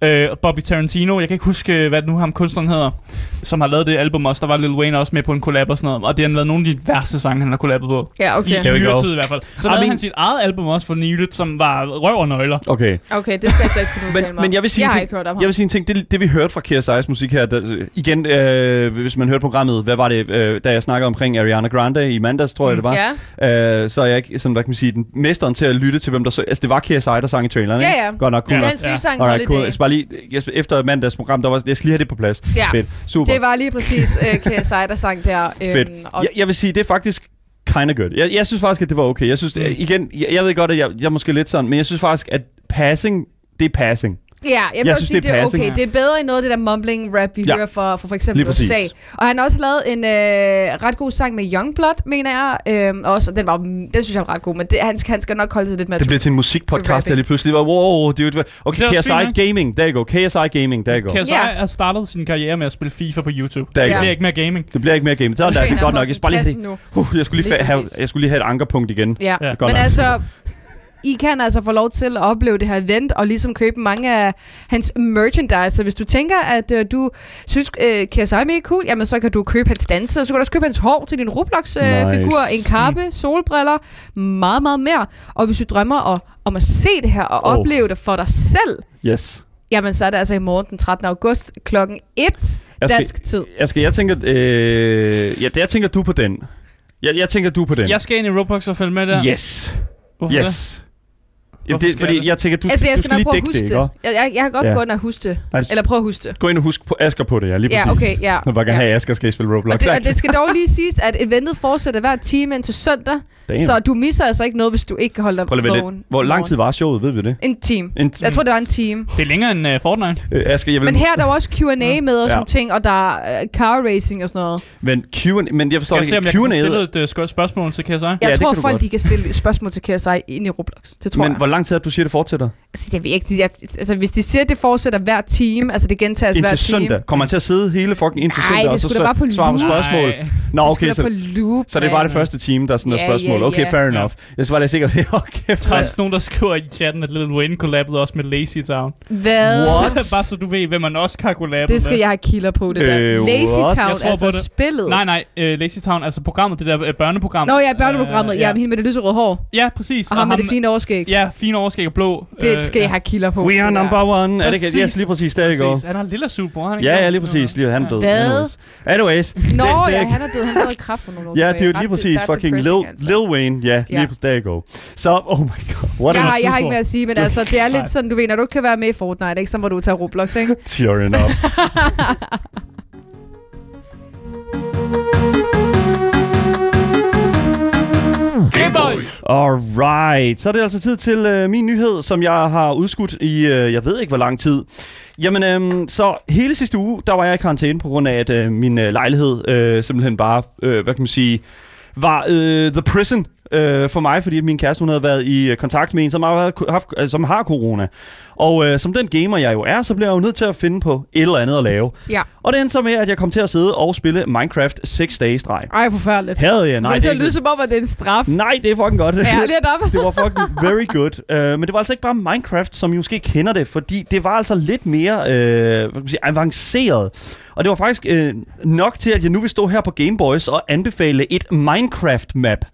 Øh, og Bobby Tarantino, jeg kan ikke huske, øh, hvad nu ham kunstneren hedder, som har lavet det album også. Der var Lil Wayne også med på en collab og sådan noget, og det har været nogle af de værste sange, han har kollabet på. Ja, I okay. Here we go. nyere tid i hvert fald. Så I lavede mean- han sit eget album også for nyligt, som var røv og nøgler. okay. Okay, det skal jeg så ikke kunne udtale Men, mig men om. jeg vil sige, jeg en har ting, ikke hørt om ham. jeg vil sige en ting. Det, det vi hørte fra KSI's musik her, der, igen, øh, hvis man hørte programmet, hvad var det, øh, da jeg snakkede omkring Ariana Grande i mandags, tror Mm, jeg det var, ja. øh, så er jeg ikke, sådan, hvad kan man sige, den mesteren til at lytte til, hvem der så, altså det var KSI, der sang i traileren, Ja, ikke? ja. Godt nok, cool Ja. ja. Det nok. er hans nye sang, Alright, cool. Holiday. Jeg skal bare lige, jeg, skal- efter mandags program, der var, jeg skal lige have det på plads. Ja. Fedt. Super. Det var lige præcis øh, KSI, der sang der. Øhm, Fedt. Og Jeg, jeg vil sige, det er faktisk kinda good. Jeg, jeg synes faktisk, at det var okay. Jeg synes, Mm. mm. igen, jeg, jeg ved godt, at jeg, jeg er måske lidt sådan, men jeg synes faktisk, at passing, det er passing. Ja, jeg vil Jeg jeg synes, sige, det er det er okay. passing. Det er bedre end noget af det der mumbling rap, vi Ja. ja. hører fra for, for Lige eksempel præcis. USA. Og han har også lavet en øh, ret god sang med Youngblood, mener jeg. Øhm, også, og den, var, den synes jeg var ret god, men det, han, skal, han skal nok holde sig lidt mere Det bliver til en musikpodcast, rapping. der lige pludselig var, wow, dude. Okay, Det er også fint KSI Gaming, der go. KSI Gaming, der go. KSI Ja. har startet sin karriere med at spille FIFA på YouTube. Der er Det ikke- bliver ikke mere gaming. Det bliver ikke mere game. Sådan der, det er godt nok. Jeg skal, bare lige, nu. uh, jeg, skulle lige, Lige fa- have, præcis. jeg skulle lige have et ankerpunkt igen. Ja. Ja. ja. Godt Men nok. altså, I kan altså få lov til at opleve det her event, og ligesom købe mange af hans merchandise. Så hvis du tænker, at øh, du synes, øh, KSI er mega cool, jamen så kan du købe hans danser, og så kan du også købe hans hår til din Roblox-figur, Nice. øh, figur, en kappe, solbriller, meget, meget mere. Og hvis du drømmer om, om at se det her og Oh. oh. opleve det for dig selv, Yes. jamen så er det altså i morgen den 13. august klokken 1 Jeg skal- dansk tid. Jeg, skal, jeg tænker, øh, ja, det- jeg tænker du på den. Jeg, jeg tænker du på den. Jeg skal ind i Roblox og følge med der. Yes. Hvorfor det? Yes. Jamen, det, er, skal jeg fordi det? jeg tænker, du, altså, jeg du skal nok lige prøve at dække huske det, det. ikke? også? Jeg, jeg, jeg kan godt Ja. gå ind og huske det. Nej, det- Eller prøve at huske det. Gå ind og husk på Asger på det, ja, lige Ja, præcis. okay, ja. Man bare kan ja. have, at Asger skal spille Roblox. Og det, og det skal dog lige siges, at eventet fortsætter hver time indtil søndag, Damn. så du misser altså ikke noget, hvis du ikke kan holde dig Prøv lige at vælge vågen. lidt. Hvor lang tid var showet, ved vi det? En time. En Jeg tror, det var en time. Det er længere end uh, Fortnite. Øh, Asger, jeg vil... Men her er der jo også Q&A med og sådan Ja. ja. ting, og der er øh, car racing og sådan noget. Men Q&A... Men jeg forstår Jeg ser, om ikke, jeg kan Q&A... få stillet et øh, skørt spørgsmål til KSI. Jeg Ja, ja, det tror, kan du folk godt. de kan stille spørgsmål til KSI ind i Roblox. Det tror Men jeg. hvor lang tid er det, du siger, det fortsætter? Altså, det er virkelig, jeg, altså, hvis de siger, at det fortsætter hver time, altså det gentages hver Indtil time. søndag. Kommer han til at sidde hele fucking indtil Nej, søndag, det og så skulle så- da bare på svarer på Nej. lue. spørgsmål? Nå, Du Ah, okay, skal da så, på loop, så det er bare det mand. første time, der er sådan der Ja, spørgsmål. ja, Okay, ja. fair Ja. enough. Jeg var da sikkert, det er okay. Der er også nogen, der skriver i chatten, at Little Wayne collabede også med Lazy Town. Hvad? Bare så du ved, hvem man også har collabet Det skal med. jeg have kilder på, det der. Øh, Lazy what? Town, Jeg tror på altså det. spillet. Nej, nej, uh, Lazy Town, altså programmet, det der uh, børneprogram. Nå ja, børneprogrammet. Øh, ja, hende med det lyserøde hår. ja, præcis. Og ham med det fine overskæg. Ja, fine overskæg og blå. Øh, Det skal jeg have kilder på. Øh, We det are der. number one. Er det ikke? Præcis. Yes, lige præcis. Der er det går. Præcis. Han har en lille super, har han ikke Ja, ja, det? lige præcis. Lige, han er død. Hvad? Anyways. Anyways. Nå, Det- det er ja, ikke- han er død. Han havde kræft for nogle år Ja, tilbage. det er jo Ret- lige præcis ret fucking Lil, depressing, altså. Lil Wayne. Ja, lige Ja. præcis. There you go. Så, oh my god. What Jeg an har, jeg har ikke tidspunkt. mere at sige, men altså, det er lidt sådan, du ved, når du ikke kan være med i Fortnite, ikke, så må du tage Roblox, ikke? tearing up. Alright, så er det altså tid til øh, min nyhed, som jeg har udskudt i, øh, jeg ved ikke hvor lang tid. Jamen, øh, så hele sidste uge, der var jeg i karantæne på grund af, at øh, min øh, lejlighed øh, simpelthen bare, øh, hvad kan man sige, var øh, the prison øh, for mig, fordi min kæreste hun havde været i øh, kontakt med en, som har, haft, øh, som har corona. Og øh, som den gamer jeg jo er, så bliver jeg jo nødt til at finde på et eller andet at lave. Ja. Og det endte så med, at jeg kom til at sidde og spille Minecraft 6 dage i streg. Ej, forfærdeligt. Havde jeg? Nej, Nej, det det ser er lyde ikke- som om, at det er en straf. nej, det er fucking godt. Ja, lidt op. Det var fucking very good. Uh, men det var altså ikke bare Minecraft, som I måske kender det, fordi det var altså lidt mere uh, hvad kan man sige, avanceret. Og det var faktisk uh, nok til, at jeg nu vil stå her på Game Boys og anbefale et Minecraft-map.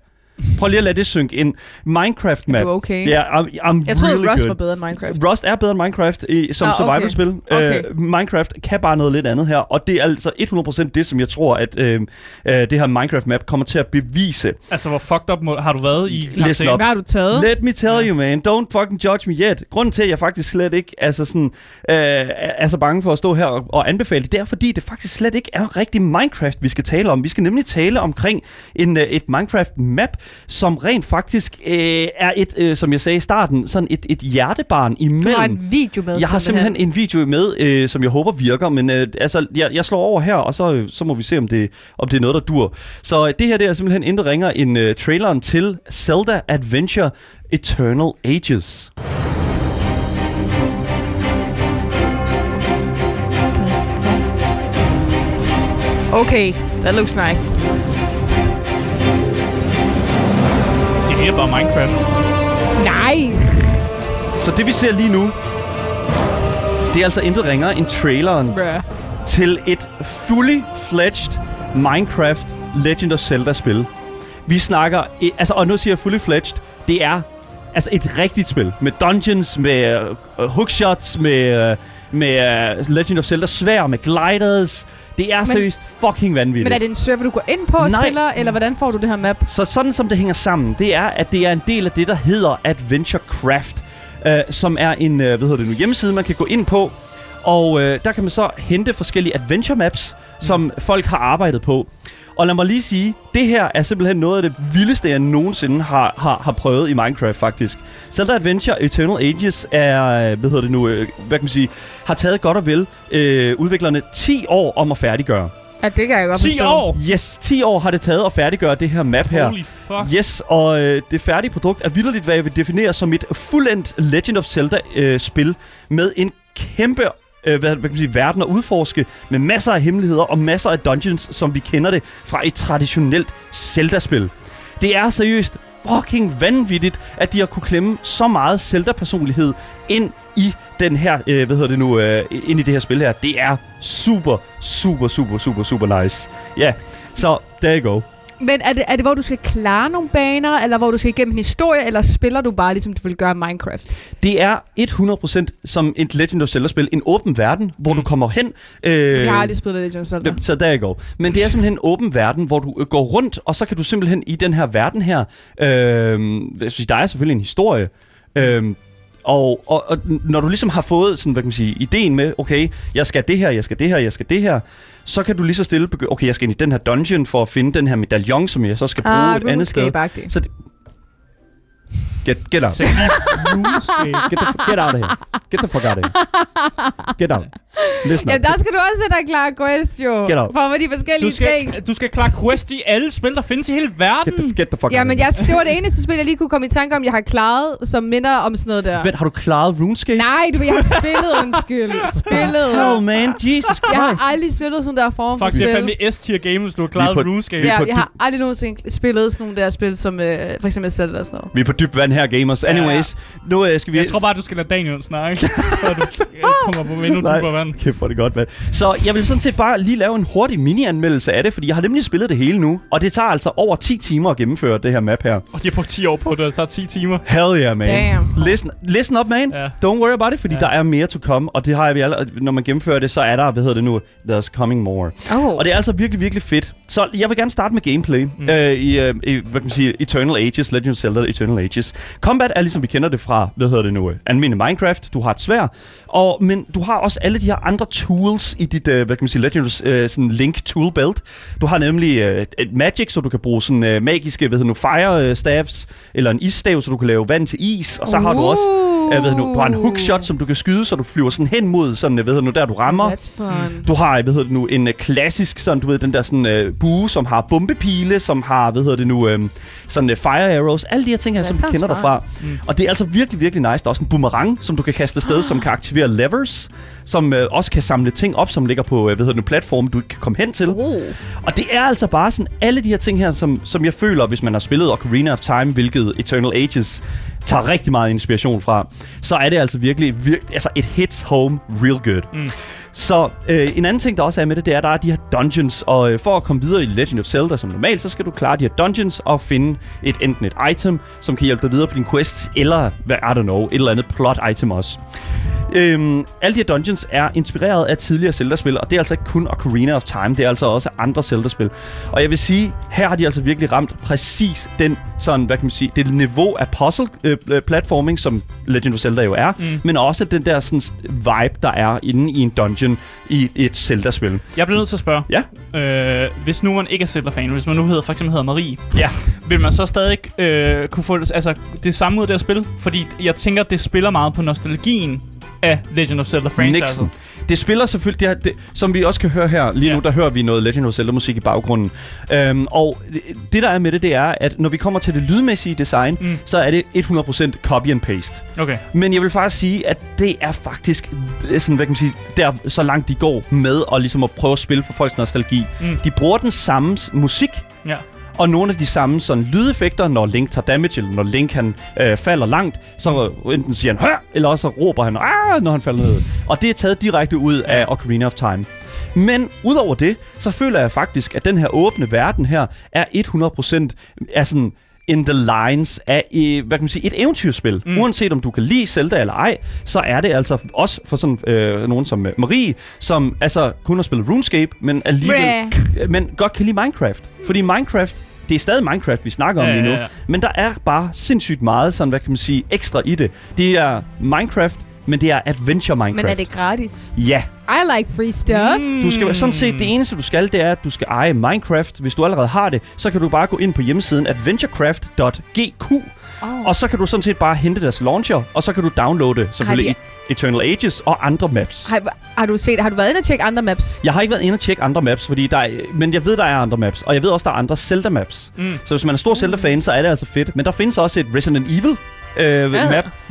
Prøv lige at lade det synke ind. Minecraft-map. Du er okay. Ja, yeah, I'm, I'm Jeg troede, really Rust good. var bedre end Minecraft. Rust er bedre end Minecraft i, som Nå, Nå, okay. survival-spil. Okay. Okay. Øh, Minecraft kan bare noget lidt andet her, og det er altså 100% det, som jeg tror, at øh, øh, det her Minecraft-map kommer til at bevise. Altså, hvor fucked up må, har du været i Listen karantæne? op. Hvad har du taget? Let me tell you, man. Don't fucking judge me yet. Grunden til, at jeg faktisk slet ikke altså sådan, øh, er så bange for at stå her og, og anbefale det, det er, fordi det faktisk slet ikke er rigtig Minecraft, vi skal tale om. Vi skal nemlig tale omkring en, øh, et Minecraft-map, som rent faktisk øh, er et, øh, som jeg sagde i starten, sådan et, et hjertebarn Du har imellem. en video med. Jeg har simpelthen en video med, øh, som jeg håber virker, men øh, altså, jeg, jeg slår over her, og så, øh, så må vi se, om det, om det er noget, der dur. Så øh, det her det er simpelthen intet ringer end øh, traileren til Zelda Adventure Eternal Ages. Okay, that looks nice. Det er bare Minecraft. Nej! Så det vi ser lige nu, det er altså intet ringer end traileren Bruh. til et fully fledged Minecraft Legend of Zelda spil. Vi snakker, i- altså, og nu siger jeg fully fledged, det er altså et rigtigt spil. Med dungeons, med øh, hookshots, med, øh, med øh, Legend of Zelda svær, med gliders. Det er men, seriøst fucking vanvittigt. Men er det en server, du går ind på og Nej. spiller, eller hvordan får du det her map? Så sådan som det hænger sammen, det er, at det er en del af det, der hedder Adventure Craft, øh, som er en øh, hvad hedder det nu, hjemmeside, man kan gå ind på. Og øh, der kan man så hente forskellige adventure maps, som folk har arbejdet på. Og lad mig lige sige, det her er simpelthen noget af det vildeste, jeg nogensinde har, har, har prøvet i Minecraft, faktisk. Zelda Adventure Eternal Ages er, øh, hvad hedder det nu, øh, hvad kan man sige, har taget godt og vel øh, udviklerne 10 år om at færdiggøre. Ja, det kan jeg godt 10 år! Yes, 10 år har det taget at færdiggøre det her map her. Holy fuck. Yes, og øh, det færdige produkt er vildt, hvad jeg vil definere som et fuldendt Legend of Zelda-spil øh, spil med en kæmpe øh, hvad, hvad kan man sige, verden at udforske, med masser af hemmeligheder og masser af dungeons, som vi kender det fra et traditionelt Zelda-spil. Det er seriøst fucking vanvittigt, at de har kunne klemme så meget Zelda-personlighed ind i den her, øh, hvad hedder det nu, øh, ind i det her spil her. Det er super, super, super, super, super nice. Ja, yeah. så there you go. Men er det, er det, hvor du skal klare nogle baner, eller hvor du skal igennem en historie, eller spiller du bare, ligesom du vil gøre i Minecraft? Det er 100% som et Legend of Zelda-spil. En åben verden, hvor du kommer hen. Øh, Jeg har aldrig spillet Legend of Zelda. så der går. Men det er simpelthen en åben verden, hvor du øh, går øhm, rundt, og så kan du simpelthen i den her verden her... Øh, jeg synes, der er selvfølgelig en historie, Øhm, og, og, og n- når du ligesom har fået sådan, hvad kan man sige, ideen med, okay, jeg skal det her, jeg skal det her, jeg skal det her, så kan du lige så stille begynde, okay, jeg skal ind i den her dungeon for at finde den her medaljon, som jeg så skal bruge Ah, et andet sted. RuneScape-agtigt. Så det... Get, get out. Så Get the, f- get out of here. Get the fuck out of here. Get out. Listen Ja, up. der skal du også sætte dig klar, Quest, jo. Get out. For med de du forskellige ting. skal, du skal klare quest i alle spil, der findes i hele Get the, verden. get the fuck out Jamen, of jeg, det var det eneste spil, jeg lige kunne komme i tanke om, jeg har klaret, som minder om sådan noget der. here. Vent, har du klaret RuneScape? Nej, du, jeg har spillet, undskyld. Spillet. Hell, man. Jesus Christ. Jeg har aldrig spillet sådan der form for Fuck, det er spil. fandme S-tier game, hvis du har klaret på- RuneScape. Ja, på et jeg har aldrig nogensinde spillet sådan nogle der spil, som øh, for eksempel Zelda og sådan noget. Vi er på dyb vand her, gamers. Anyways, nu øh, skal vi... Jeg tror bare, du skal lade Daniel snakke, før du øh, kommer på endnu Nej. dybere vand. Kæft, hvor er det godt, mand. Så jeg vil sådan set bare lige lave en hurtig mini-anmeldelse af det, fordi jeg har nemlig spillet det hele nu. Og det tager altså over 10 timer at gennemføre det her map her. Og de har brugt 10 år på det, altså, og det tager 10 timer. Hell yeah, man. Damn. Listen, listen up, man. Ja. Don't worry about it, fordi Ja. der er mere to come. Og det har vi allerede... Når man gennemfører det, så er der, hvad hedder det nu? There's coming more. Oh. Og det er altså virkelig, virkelig fedt. Så jeg vil gerne starte med gameplay. Mm. Øh, i, øh, i, hvad kan man sige, Eternal Ages, Legend of Zelda Eternal Ages. Combat er ligesom vi kender det fra, hvad hedder det nu, øh, almindelig Minecraft. Du har et svær, og, men du har også alle de her andre tools i dit, øh, hvad kan man sige, Legend of øh, sådan Link tool belt. Du har nemlig øh, et magic, så du kan bruge sådan øh, magiske, hvad hedder nu, fire øh, staves, eller en isstav, så du kan lave vand til is, og så har du også, øh, hvad hedder nu, du har en hookshot, som du kan skyde, så du flyver sådan hen mod, sådan, øh, hvad hedder nu, der du rammer. That's fun. Du har, hvad hedder det nu, en øh, klassisk, sådan, du ved, den der sådan, øh, bue, som har bombepile, som har, hvad hedder det nu, øh, sådan øh, fire arrows, alle de her ting her, That som vi sounds kender derfra. Mm. Ah. Og det er altså virkelig, virkelig nice. Der er også en boomerang, som du kan kaste afsted, som kan aktivere levers, som øh, også kan samle ting op, som ligger på, øh, hvad hedder det nu, platformen, du ikke kan komme hen til. Oh. Og det er altså bare sådan alle de her ting her, som, som jeg føler, hvis man har spillet Ocarina of Time, hvilket Eternal Ages tager rigtig meget inspiration fra, så er det altså virkelig, virkelig altså et hits home real good. Mm. Så øh, en anden ting, der også er med det, det er, at der er de her dungeons, og øh, for at komme videre i Legend of Zelda som normalt, så skal du klare de her dungeons og finde et enten et item, som kan hjælpe dig videre på din quest, eller, hvad, I don't know, et eller andet plot item også. Øhm, alle de her dungeons er inspireret af tidligere Zelda-spil, og det er altså ikke kun Ocarina of Time, det er altså også andre Zelda-spil. Og jeg vil sige, her har de altså virkelig ramt præcis den sådan, hvad kan man sige, det niveau af puzzle-platforming, som Legend of Zelda jo er, mm. men også den der sådan vibe, der er inde i en dungeon i et Zelda-spil. Jeg bliver nødt til at spørge. Ja. Øh, hvis nu man ikke er Zelda-fan, hvis man nu hedder, for eksempel hedder Marie, Ja. vil man så stadig øh, kunne få det- altså, det samme ud af det her spil? Fordi jeg tænker, det spiller meget på nostalgien af Legend of Zelda franchise. Nixon. Det spiller selvfølgelig, det, her, det, som vi også kan høre her lige nu, Ja. der hører vi noget Legend of Zelda musik i baggrunden. Øhm, og det der er med det, det er, at når vi kommer til det lydmæssige design, Mm. mm. så er det 100% copy and paste. Okay. Men jeg vil faktisk sige, at det er faktisk øh, sådan, hvad kan man sige, der så langt de går med og ligesom at prøve at spille på folks nostalgi. Mm. Mm. De bruger den samme s- musik, Ja. og nogle af de samme sådan lydeffekter, når Link tager damage, eller når Link han øh, falder langt, så enten siger han hør, eller også råber han, ah, når han falder ned. Og det er taget direkte ud af Ocarina of Time. Men udover det, så føler jeg faktisk, at den her åbne verden her er 100% er sådan in the lines af øh, hvad kan man sige, et eventyrspil. Mm. Uanset om du kan lide Zelda eller ej, så er det altså også for sådan øh, nogen som øh, Marie, som altså kun har spillet RuneScape, men alligevel men godt kan lide Minecraft. Fordi Minecraft, det er stadig Minecraft, vi snakker om Ja, lige nu. ja, ja. Men der er bare sindssygt meget, sådan, hvad kan man sige, ekstra i det. Det er Minecraft, men det er Adventure Men Minecraft. er det gratis? Ja. I like free stuff. mm. Du skal sådan set, det eneste du skal, det er, at du skal eje Minecraft. Hvis du allerede har det, så kan du bare gå ind på hjemmesiden adventurecraft.gq, Mm. Oh. og så kan du sådan set bare hente deres launcher, og så kan du downloade selvfølgelig Eternal Ages og andre maps. Har, har, du set, har du været inde og tjekke andre maps? Jeg har ikke været inde og tjekke andre maps, fordi der er, men jeg ved, der er andre maps, og jeg ved også, der er andre Zelda-maps. Mm. Mm. Så hvis man er stor Zelda-fan, så er det altså fedt. Men der findes også et Resident Evil øh, Ja. map,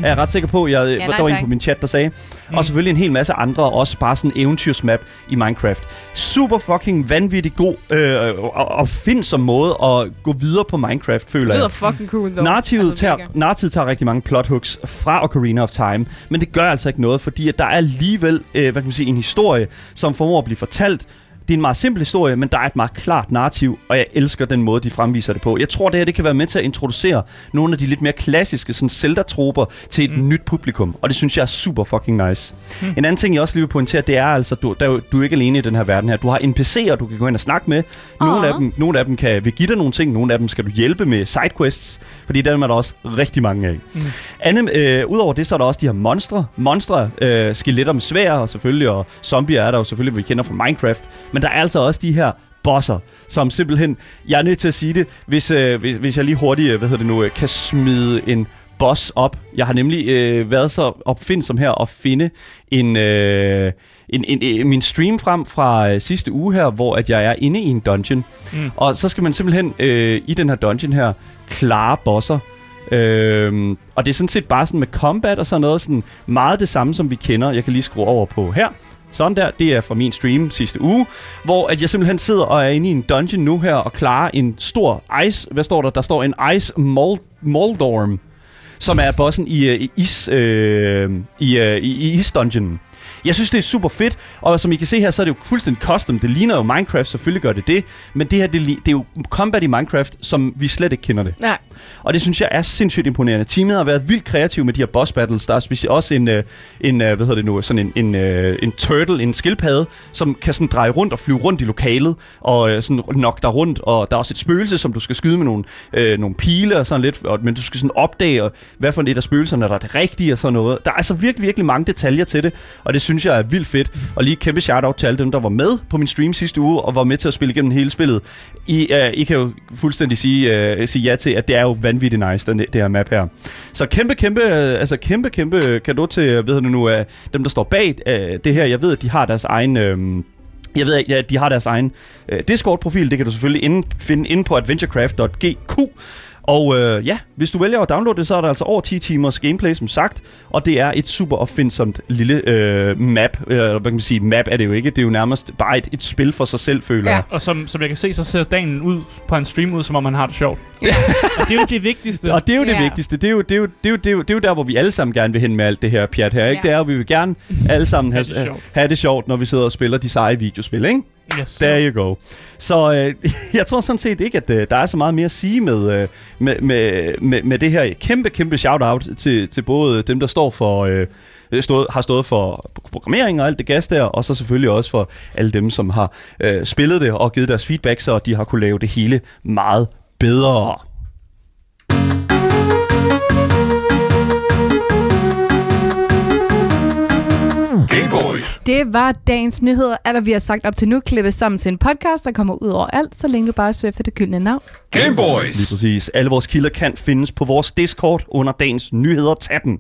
er jeg ret sikker på. Jeg ja, nej, der var en tak. på min chat, der sagde. Mm. Og selvfølgelig en hel masse andre, også bare sådan en eventyrsmap i Minecraft. Super fucking vanvittig god øh, og, og find som måde at gå videre på Minecraft, føler Det jeg. lyder fucking cool, dog. Narrativet, altså, tager, mega. narrativet tager rigtig mange plot hooks fra Ocarina of Time, men det gør altså ikke noget, fordi at der er alligevel øh, hvad kan man sige, en historie, som formår at blive fortalt det er en meget simpel historie, men der er et meget klart narrativ, og jeg elsker den måde, de fremviser det på. Jeg tror, det her det kan være med til at introducere nogle af de lidt mere klassiske sådan Zelda-troper til et mm. nyt publikum, og det synes jeg er super fucking nice. Mm. En anden ting, jeg også lige vil pointere, det er altså, du, der, er jo- du er ikke alene i den her verden her. Du har NPC'er, du kan gå ind og snakke med. Nogle, af dem, nogle af dem kan, vil give dig nogle ting, nogle af dem skal du hjælpe med sidequests, fordi dem er der også rigtig mange af. Mm. Andet, øh, udover det, så er der også de her monstre. Monstre, øh, skeletter med svær, og selvfølgelig, og zombier er der jo selvfølgelig, vi kender fra Minecraft. Men der er altså også de her bosser, som simpelthen, jeg er nødt til at sige det, hvis, øh, hvis, hvis jeg lige hurtigt, øh, hvad hedder det nu, øh, kan smide en boss op. Jeg har nemlig øh, været så opfindsom her at finde en, øh, en, en, en, min stream frem fra øh, sidste uge her, hvor at jeg er inde i en dungeon. Mm. Og så skal man simpelthen øh, i den her dungeon her klare bosser. Øhm, og det er sådan set bare sådan med combat og sådan noget, sådan meget det samme, som vi kender. Jeg kan lige skrue over på her. Sådan der, det er fra min stream sidste uge, hvor at jeg simpelthen sidder og er inde i en dungeon nu her og klarer en stor ice, hvad står der? Der står en ice mold, moldorm, som er bossen i, øh, i is, øh, i, øh, i, i isdungeonen. Jeg synes, det er super fedt, og som I kan se her, så er det jo fuldstændig custom. Det ligner jo Minecraft, selvfølgelig gør det det, men det her, det, li- det er jo combat i Minecraft, som vi slet ikke kender det. Nej. Og det synes jeg er sindssygt imponerende. Teamet har været vildt kreativ med de her boss battles. Der er specielt også en, øh, en øh, hvad hedder det nu, sådan en, en, øh, en turtle, en skildpadde, som kan sådan dreje rundt og flyve rundt i lokalet, og øh, sådan nok dig rundt. Og der er også et spøgelse, som du skal skyde med nogle, øh, nogle pile og sådan lidt, og, men du skal sådan opdage, og hvad for et af spøgelserne der er det rigtige og sådan noget. Der er altså virkelig, virkelig mange detaljer til det, og det synes jeg er vildt fedt. Og lige et kæmpe shout-out til alle dem, der var med på min stream sidste uge, og var med til at spille igennem hele spillet. I, øh, I kan jo fuldstændig sige, øh, sige ja til, at det er jo vanvittigt nice, den, det her map her. Så kæmpe, kæmpe, øh, altså kæmpe, kæmpe kado til, øh, ved du nu, øh, dem, der står bag øh, det her. Jeg ved, at de har deres egen... Øh, jeg ved, at ja, de har deres egen øh, Discord-profil. Det kan du selvfølgelig inde, finde inde på adventurecraft.gq. Og øh, ja, hvis du vælger at downloade det, så er der altså over 10 timers gameplay, som sagt. Og det er et super opfindsomt lille øh, map. Øh, Eller hvad kan man sige? Map er det jo ikke. Det er jo nærmest bare et, et spil for sig selv, føler Ja. jeg. Og som, som jeg kan se, så ser dagen ud på en stream ud, som om man har det sjovt. og det er jo det vigtigste. Og det er jo det Ja. vigtigste. Det er jo, det, er jo, det, er jo, det, er jo, det er jo der, hvor vi alle sammen gerne vil hen med alt det her pjat her. Ikke? Ja. Det er jo, vi vil gerne alle sammen have, det have, sjovt. det have det sjovt, når vi sidder og spiller de seje videospil, ikke? Yes. There you go. Så øh, jeg tror sådan set ikke, at øh, der er så meget mere at sige med, øh, med, med, med, med det her kæmpe, kæmpe shout-out til, til både dem, der står for, øh, stået, har stået for programmering og alt det gas der, og så selvfølgelig også for alle dem, som har øh, spillet det og givet deres feedback, så de har kunne lave det hele meget bedre. Det var dagens nyheder. Alt, hvad vi har sagt op til nu, klippes sammen til en podcast, der kommer ud over alt, så længe du bare søger efter det gyldne navn. Lige præcis. Alle vores kilder kan findes på vores Discord under dagens nyheder. Tag den.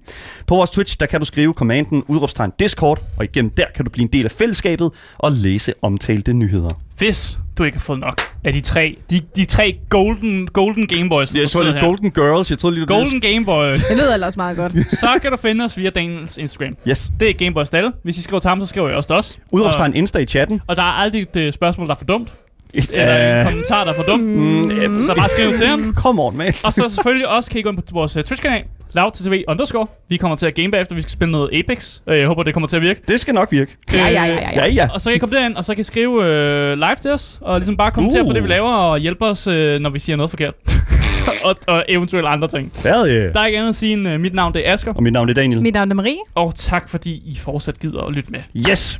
På vores Twitch, der kan du skrive kommanden udråbstegn Discord, og igennem der kan du blive en del af fællesskabet og læse omtalte nyheder. Hvis du ikke har fået nok af de tre, de, de tre golden, golden Gameboys, Jeg tror, det er Golden Girls. Jeg troede lige, du golden Gameboys, Det lyder ellers meget godt. så kan du finde os via Daniels Instagram. Yes. Det er Gameboys Dalle. Hvis I skriver til ham, så skriver jeg også til os. Udråbstegn Insta i chatten. Og, og der er aldrig et øh, spørgsmål, der er for dumt. Øh. Eller en kommentar, der er for dumt. Mm, så bare skriv til ham. Come on, man. Og så selvfølgelig også kan I gå ind på vores uh, Twitch-kanal, lavttv underscore. Vi kommer til at game bagefter, vi skal spille noget Apex. Øh, Jeg håber, det kommer til at virke. Det skal nok virke. Ja, ja, ja, ja. Ja, ja. Og så kan I komme derind, og så kan I skrive øh, live til os, og ligesom bare kommentere Uh. uh. på det, vi laver, og hjælpe os, øh, når vi siger noget forkert. og, og eventuelt andre ting. Hvad, øh? Der er ikke andet at sige end, øh, mit navn det er Asger, Og mit navn er Daniel. Mit navn er Marie. og tak fordi I fortsat gider at lytte med. Yes,